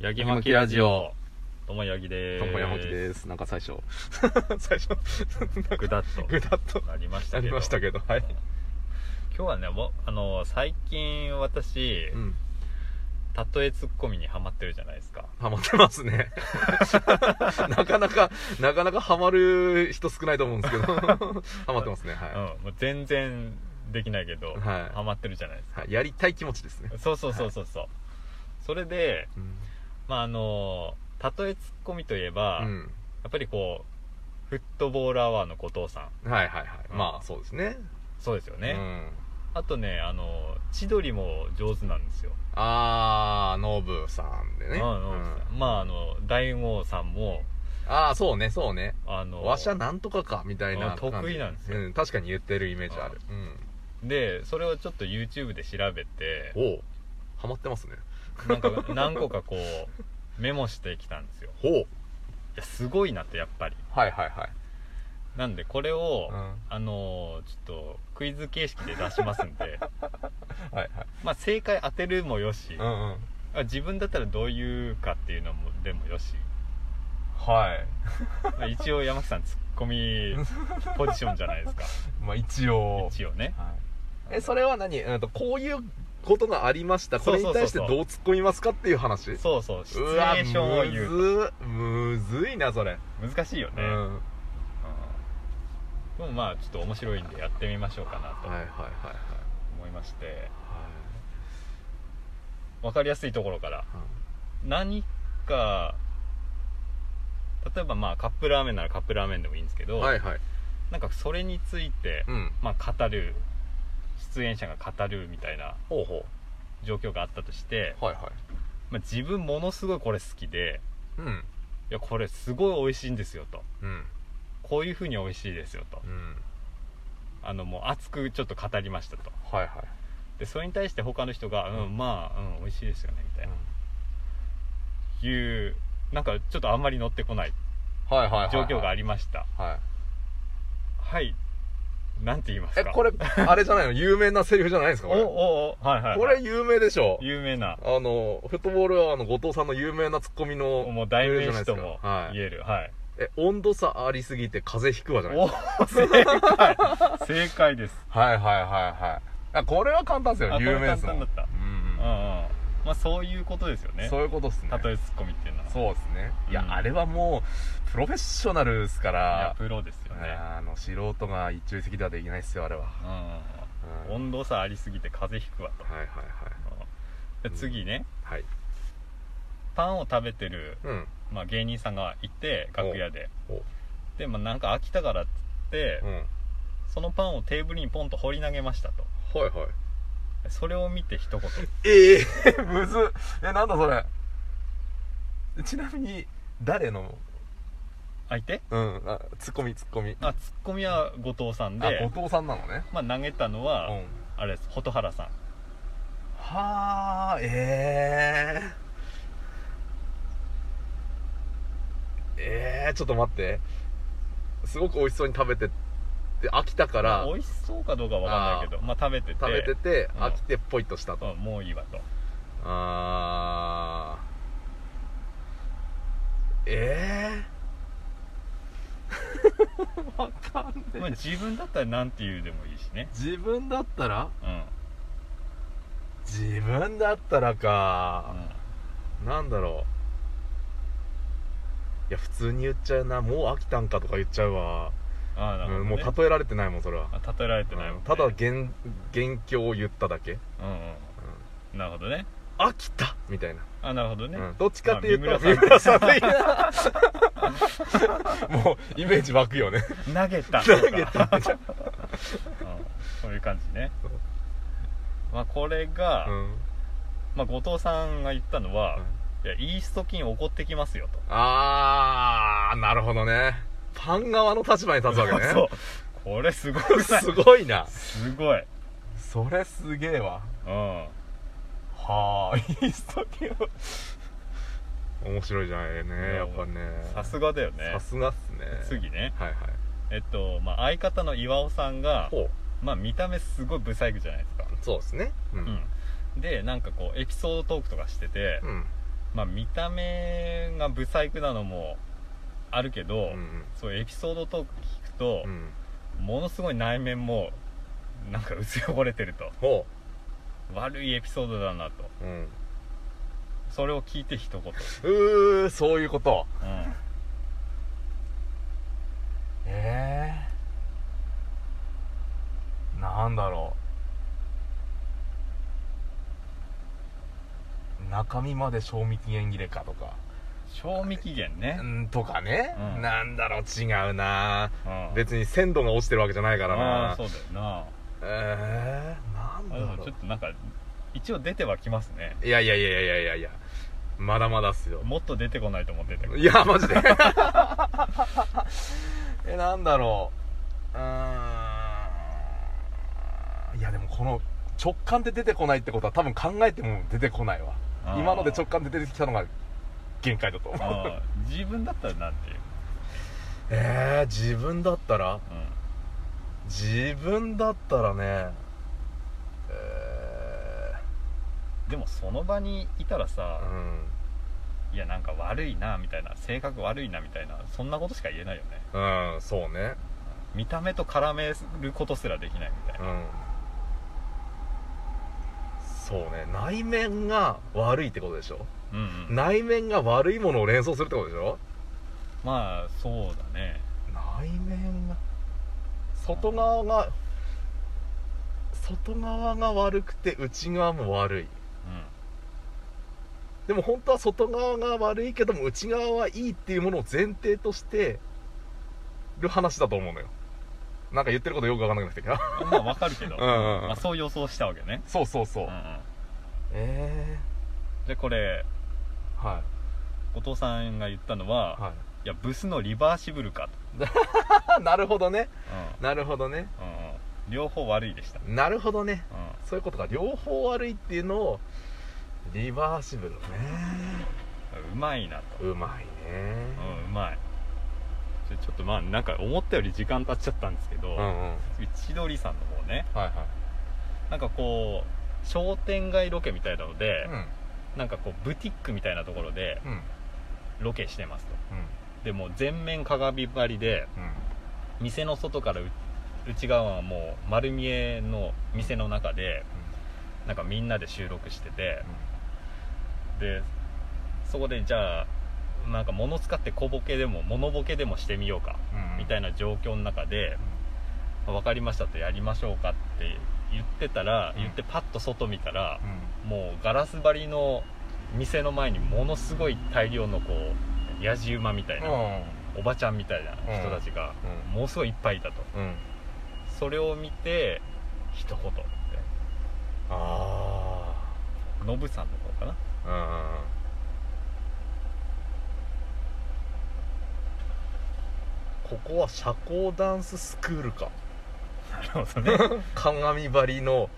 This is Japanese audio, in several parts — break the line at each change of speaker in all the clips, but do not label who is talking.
ヤギマキラジオ。ともやぎでーす。
トンボヤモキです。なんか最初。 最 初、
ぐだっと。
ぐだっと
なりました
な
け
り
ど。
ましたけど、はい。
今日はね、もうあの、最近私、
うん。
たとえツッコミにハマってるじゃないですか。
ハマってます ね。なかなか、なかなかハマる人少ないと思うんですけ ど、ハマってますね、
うん
は。
もう全然できないけど、
い。はい
ハマってるじゃないです
はい。やりたい気持ちですね
か。。そうそうそうそうそう。それで、
うん。
まああの、たとえツッコミといえば、やっぱりこう、フットボールアワーの後藤さん。
うんはいはいはい。
うん
まあ、そうですね。
そうですよね。
うん。
あとね、あの、千鳥も上手なんですよ。
あー、ノブさんでね。
あの
うん
まああの大悟さんも
あー、そうね、そうね。
あの
わしゃなんとかか、みたいな
あ
感じ。
得意なんですよ
うん、確かに言ってるイメージある。うん。
でそれをちょっと YouTube で調べて
おうハマってますね
なんか何個かこうメモしてきたんですよ
ほう
いやすごいなってやっぱり
はいはいはい
なんでこれを、
うん
あのちょっとクイズ形式で出しますん で
はいはい
まあ正解当てるもよし、
んうん
あ自分だったらどういうかっていうのもでもよし、
はい
まあ一応山木さんツッコミポジションじゃないで すか
まあ一応
一応ね
はい、えそれは何、うん、とこういうことがありましたこれに対し
そ
てど
う
う
そうそう
突っ込みますかっていう話
そうそうシチ
う
ュ
わ
エーションを言う
むずむずいなそれ、
難しいよね、
うんは
でもまあちょっと面白いんでやってみましょうかないと
はいはいはい
思いまして
は
分かりやすいところから何か例えばまあカップラーメンならカップラーメンでもいいんですけど、
いはいはい
なんかそれについて、
うん
まあ、語る出演者が語るみたいな
ほうほ
状況があったとして、
うはいはい
まあ、自分ものすごいこれ好きで
うん
いやこれすごい美味しいんですよと
うん
こういうふうに美味しいですよと
うん
あのもう熱くちょっと語りましたと
はいはい
でそれに対して他の人が「うん、まあ、うん、美味しいですよね」みたいな、いうなんかちょっとあんまり乗ってこない
はいはいはいはい
状況があ
り
りました
はい
はいなんて言います
え
か
これあれじゃないの有名なセリフじゃないですか
お
これ
おおはいはい、はい、
これ有名でしょ
有名な
あの、フットボールアワーの後藤さんの有名なツッコミの、
もう代名詞とも
はい
言えるはい、
え、温度差ありすぎて風邪ひくわじゃない
おお正解正解です
はいはいはいはい。あ、これは簡単です
あ
よ、
こ
有
れ
名ですもん。
簡単だったうんうん
うん
まあそういうことですよ
うん
ね
そういうことっすね。
たとえツッコミっていうのはう
そうですね。いや、
うん
あれはもう、プロフェッショナルですか
や
ら、
プロですよね
あの、素人が一朝一夕ではできないっすよ、あれは。
うんうんうん
うん
温度差ありすぎて風邪ひくわと
はいはいはい。
うんで次ね
はい。
パンを食べてる、
うん。
まあ、芸人さんがいて楽屋で
おお
で、まあ、なんか飽きたからっつって、
うん。はい
そのパンをテーブルにポンと放り投げましたと
はい。
それを見て一言
ええ むずっえ、なんだそれ。ちなみに、誰の
相手
うん、あ、ツッコミツッコミ。
あツッコミは後藤さん
あ、
で、
後藤さんなのね。
まあ、投げたの
う
は、
ん。
あれです蛍原さん
はあ、ええええちょっと待って。すごく美味しそうに食べてって、飽きたから、
美味しそうかどうかわかんないけどまあ、食べてて
食べてて、
うん
飽きてポイっとしたと。
うんもういいわと
あー。 ええわかん
まあ、
え。
自分だったらなんて言うでもいいしね
自分だったら
うん、うん
自分だったらか。なんだろういや普通に言っちゃうなもう飽きたんかとか言っちゃうわ、
ああなるほ
う
ど、
ん
ね
もう例えられてないもんそれは、
あ例えられてないもん、
うん
ね、
ただ現現況を言っただけ、うん
うんうんなるほどね
飽きたみたいな、
あなるほどね、
うん、どっちかっていうと、
まあ三
三
村
村さん的なもうイメージ湧くよね
投げた
投げた
とかうんそういう感じね
そう
まあこれが、
うん
まあ、後藤さんが言ったのは、いやイースト菌怒ってきますよと
ああなるほどねパン側の立場に立つわけね
そうこれすごくない
すごいな
すごい
それすげえわ
うん
はあイーストキュ面白いじゃないねやっぱね
さすがだよね
さすがっすね
次ね
はいはい
えっと、まあ、相方の岩尾さんが、
ほう
まあ、見た目すごいブサイクじゃないですか
そうですねうん
うんでなんかこうエピソードトークとかしてて、
うん
まあ、見た目がブサイクなのもあるけど、
うん
そうエピソードトーク聞くと
う、ん
ものすごい内面もなんか薄汚れてると
ほ
悪いエピソードだなと
う、うん、
それを聞いて一言、うん、
うーそういうことええなんだろう中身まで賞味期限切れかとか
賞味期限ね
う、んとかね、
うん
なんだろう違うな
うん、
別に鮮度が落ちてるわけじゃないから
ああ
な
そうだよな
ええなん
あ
だ
でも
ろ
ちょっとなんか一応出てはきますね
ういやいやいやいやいやいやまだまだっすよ
もっと出てこないと思ってたけど
いやマジで えなんだろううーんいやでもこの直感で出てこないってことは多分考えても出てこないわ
あー
今ので直感で出てきたのが限界だと思う
あー自分だったらなんていう、
えー、自分だったら
うん、
自分だったらねえ
でもその場にいたらさ
ー、うん
いやなんか悪いなみたいな性格悪いなみたいなそんなことしか言えないよね
うんそうね
見た目と絡めることすらできないみたいな
うんそうね内面が悪いってことでしょ
うん、うん、
内面が悪いものを連想するってことでしょ
まあそうだね
内面が外側が外側が悪くて内側も悪いでも本当は外側が悪いけども内側はいいっていうものを前提としてる話だと思うのよなんか言ってることよくわかんなくなってきた
うんまあわかるけど、
うんうんうん
まあ、そう予想したわけね
そうそうそう、
うんうん
え
でこれ
えはい
後藤さんが言ったのは、
はい
い、やブスのリバーシブルかと、
あなるほどね
う
なるほどね
んうんうん両方悪いでした、
なるほどね
うん
そういうことが両方悪いっていうのをリバーシブルね
うまいなと、
うまいね
うん、うまいちょちょっとまあなんか思ったより時間経っちゃったんですけど、
うんうん
千鳥さんの方ね
はいは
なんかこう商店街ロケみたいなので
い、うん
なんかこうブティックみたいなところで
うん
ロケしてますと
うん
でもう全面鏡張りで
うん
店の外からう内側はもう丸見えの店の中でなんかみんなで収録しててでそこでじゃあなんか物使って小ボケでも物ボケでもしてみようか
うん
みたい
な
な状況の中で「分かりました」と「やりましょうか」って言ってたら
うん
言ってパッと外見たら
うん
もうガラス張りの店の前にものすごい大量のこうやじ馬みたいなおばちゃんみたいな人たちが
う
もうすごいいっぱいいたと
んうん
それを見て一言って
あ
ノブさんの方かな
あうんうんここは社交ダンススクール か
なるほどね、 うん、
鏡張りの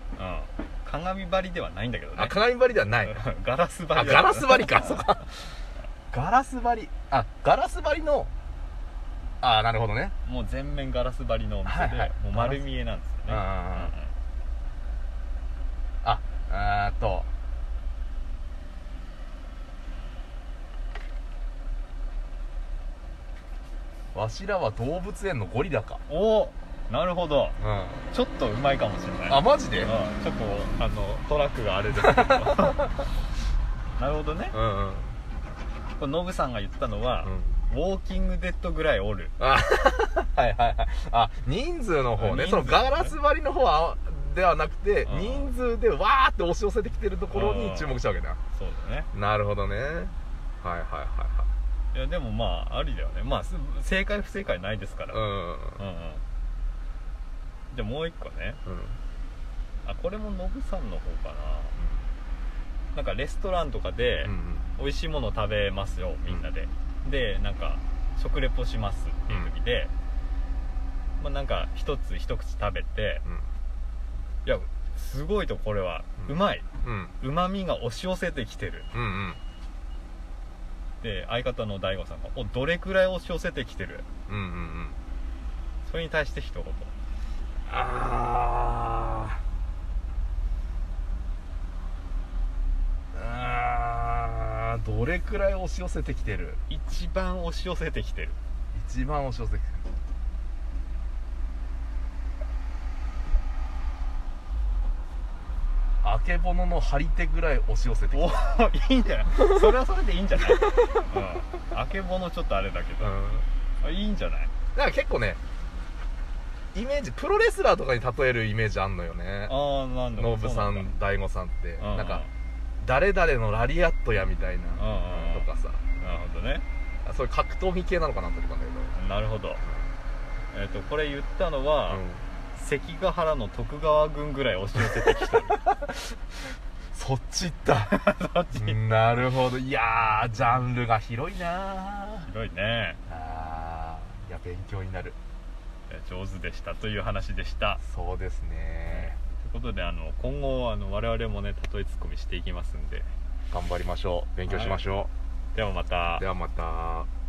鏡張りではないんだけどね
あ鏡張りではない
ガラス張
あ
りだ
ガラス張り か そっかガラス張りあガラス張りのあなるほどね
もう全面ガラス張りのお店で、
はいはい
もう丸見えなんですよね
うんうんうんあえーっとわしらは動物園のゴリラか
うんおなるほど
うん
ちょっとうまいかもしれない
あマジで
うん
う
ちょっとあのトラックがあれです けどなるほどね
んうん
これノブさんが言ったのは、ウォーキングデッドぐらいおる
あはいはいはいあ人数の方
人
ね
数
そのガラス張りの方はではなくて
うん
人数でわーって押し寄せてきてるところに注目したわけだ
そうだね
なるほどねはいはいはい
いやでもまあありだよねまあす正解不正解ないですから、
はい
うんうんじゃあもう一個ね
うんうん
あこれもノブさんの方かななんかレストランとかで、美味しいもの食べますよみんなで、でなんか食レポしますっていう時で、まあなんか一つ一口食べていやすごいとこれは、
う
うんまい
うん
うまみが押し寄せてきてる
うんうん
で相方の DAIGO さんが「おどれくらい押し寄せてきてる
うんうんうん」
それに対して一言
あああどれくらい押し寄せてきてる
一番押し寄せてきてる
一番押し寄せてきてるあけぼのの張り手ぐらい押し寄せてき
お
てる
ーいいんじゃないそれはそれでいいんじゃない、うん、あけぼのちょっとあれだけど、
うん
あいいんじゃない
なんか結構ねイメージプロレスラーとかに例えるイメージあんのよね
ああなんだ
ノブさ
そうなん
ん大悟さんって
だう
なんか誰々のラリアットやみたいな
うんうん
とかさ
なるほどね
そういう格闘技系なのかなと思ったんだけ
なるほどえっ、とこれ言ったの
ど、
は、
うん
関ヶ原の徳川軍ぐらい押し寄せてきた
そっち行った
そっち広
なるほどいやージャンルが広いない
ね
ーあーいや勉強になる
いや上手でしたという話でした
そうですね
ということであの今後あの我々もね例えツッコミしていきますんで
頑張りましょう勉強しましょ
ではまた
うではまた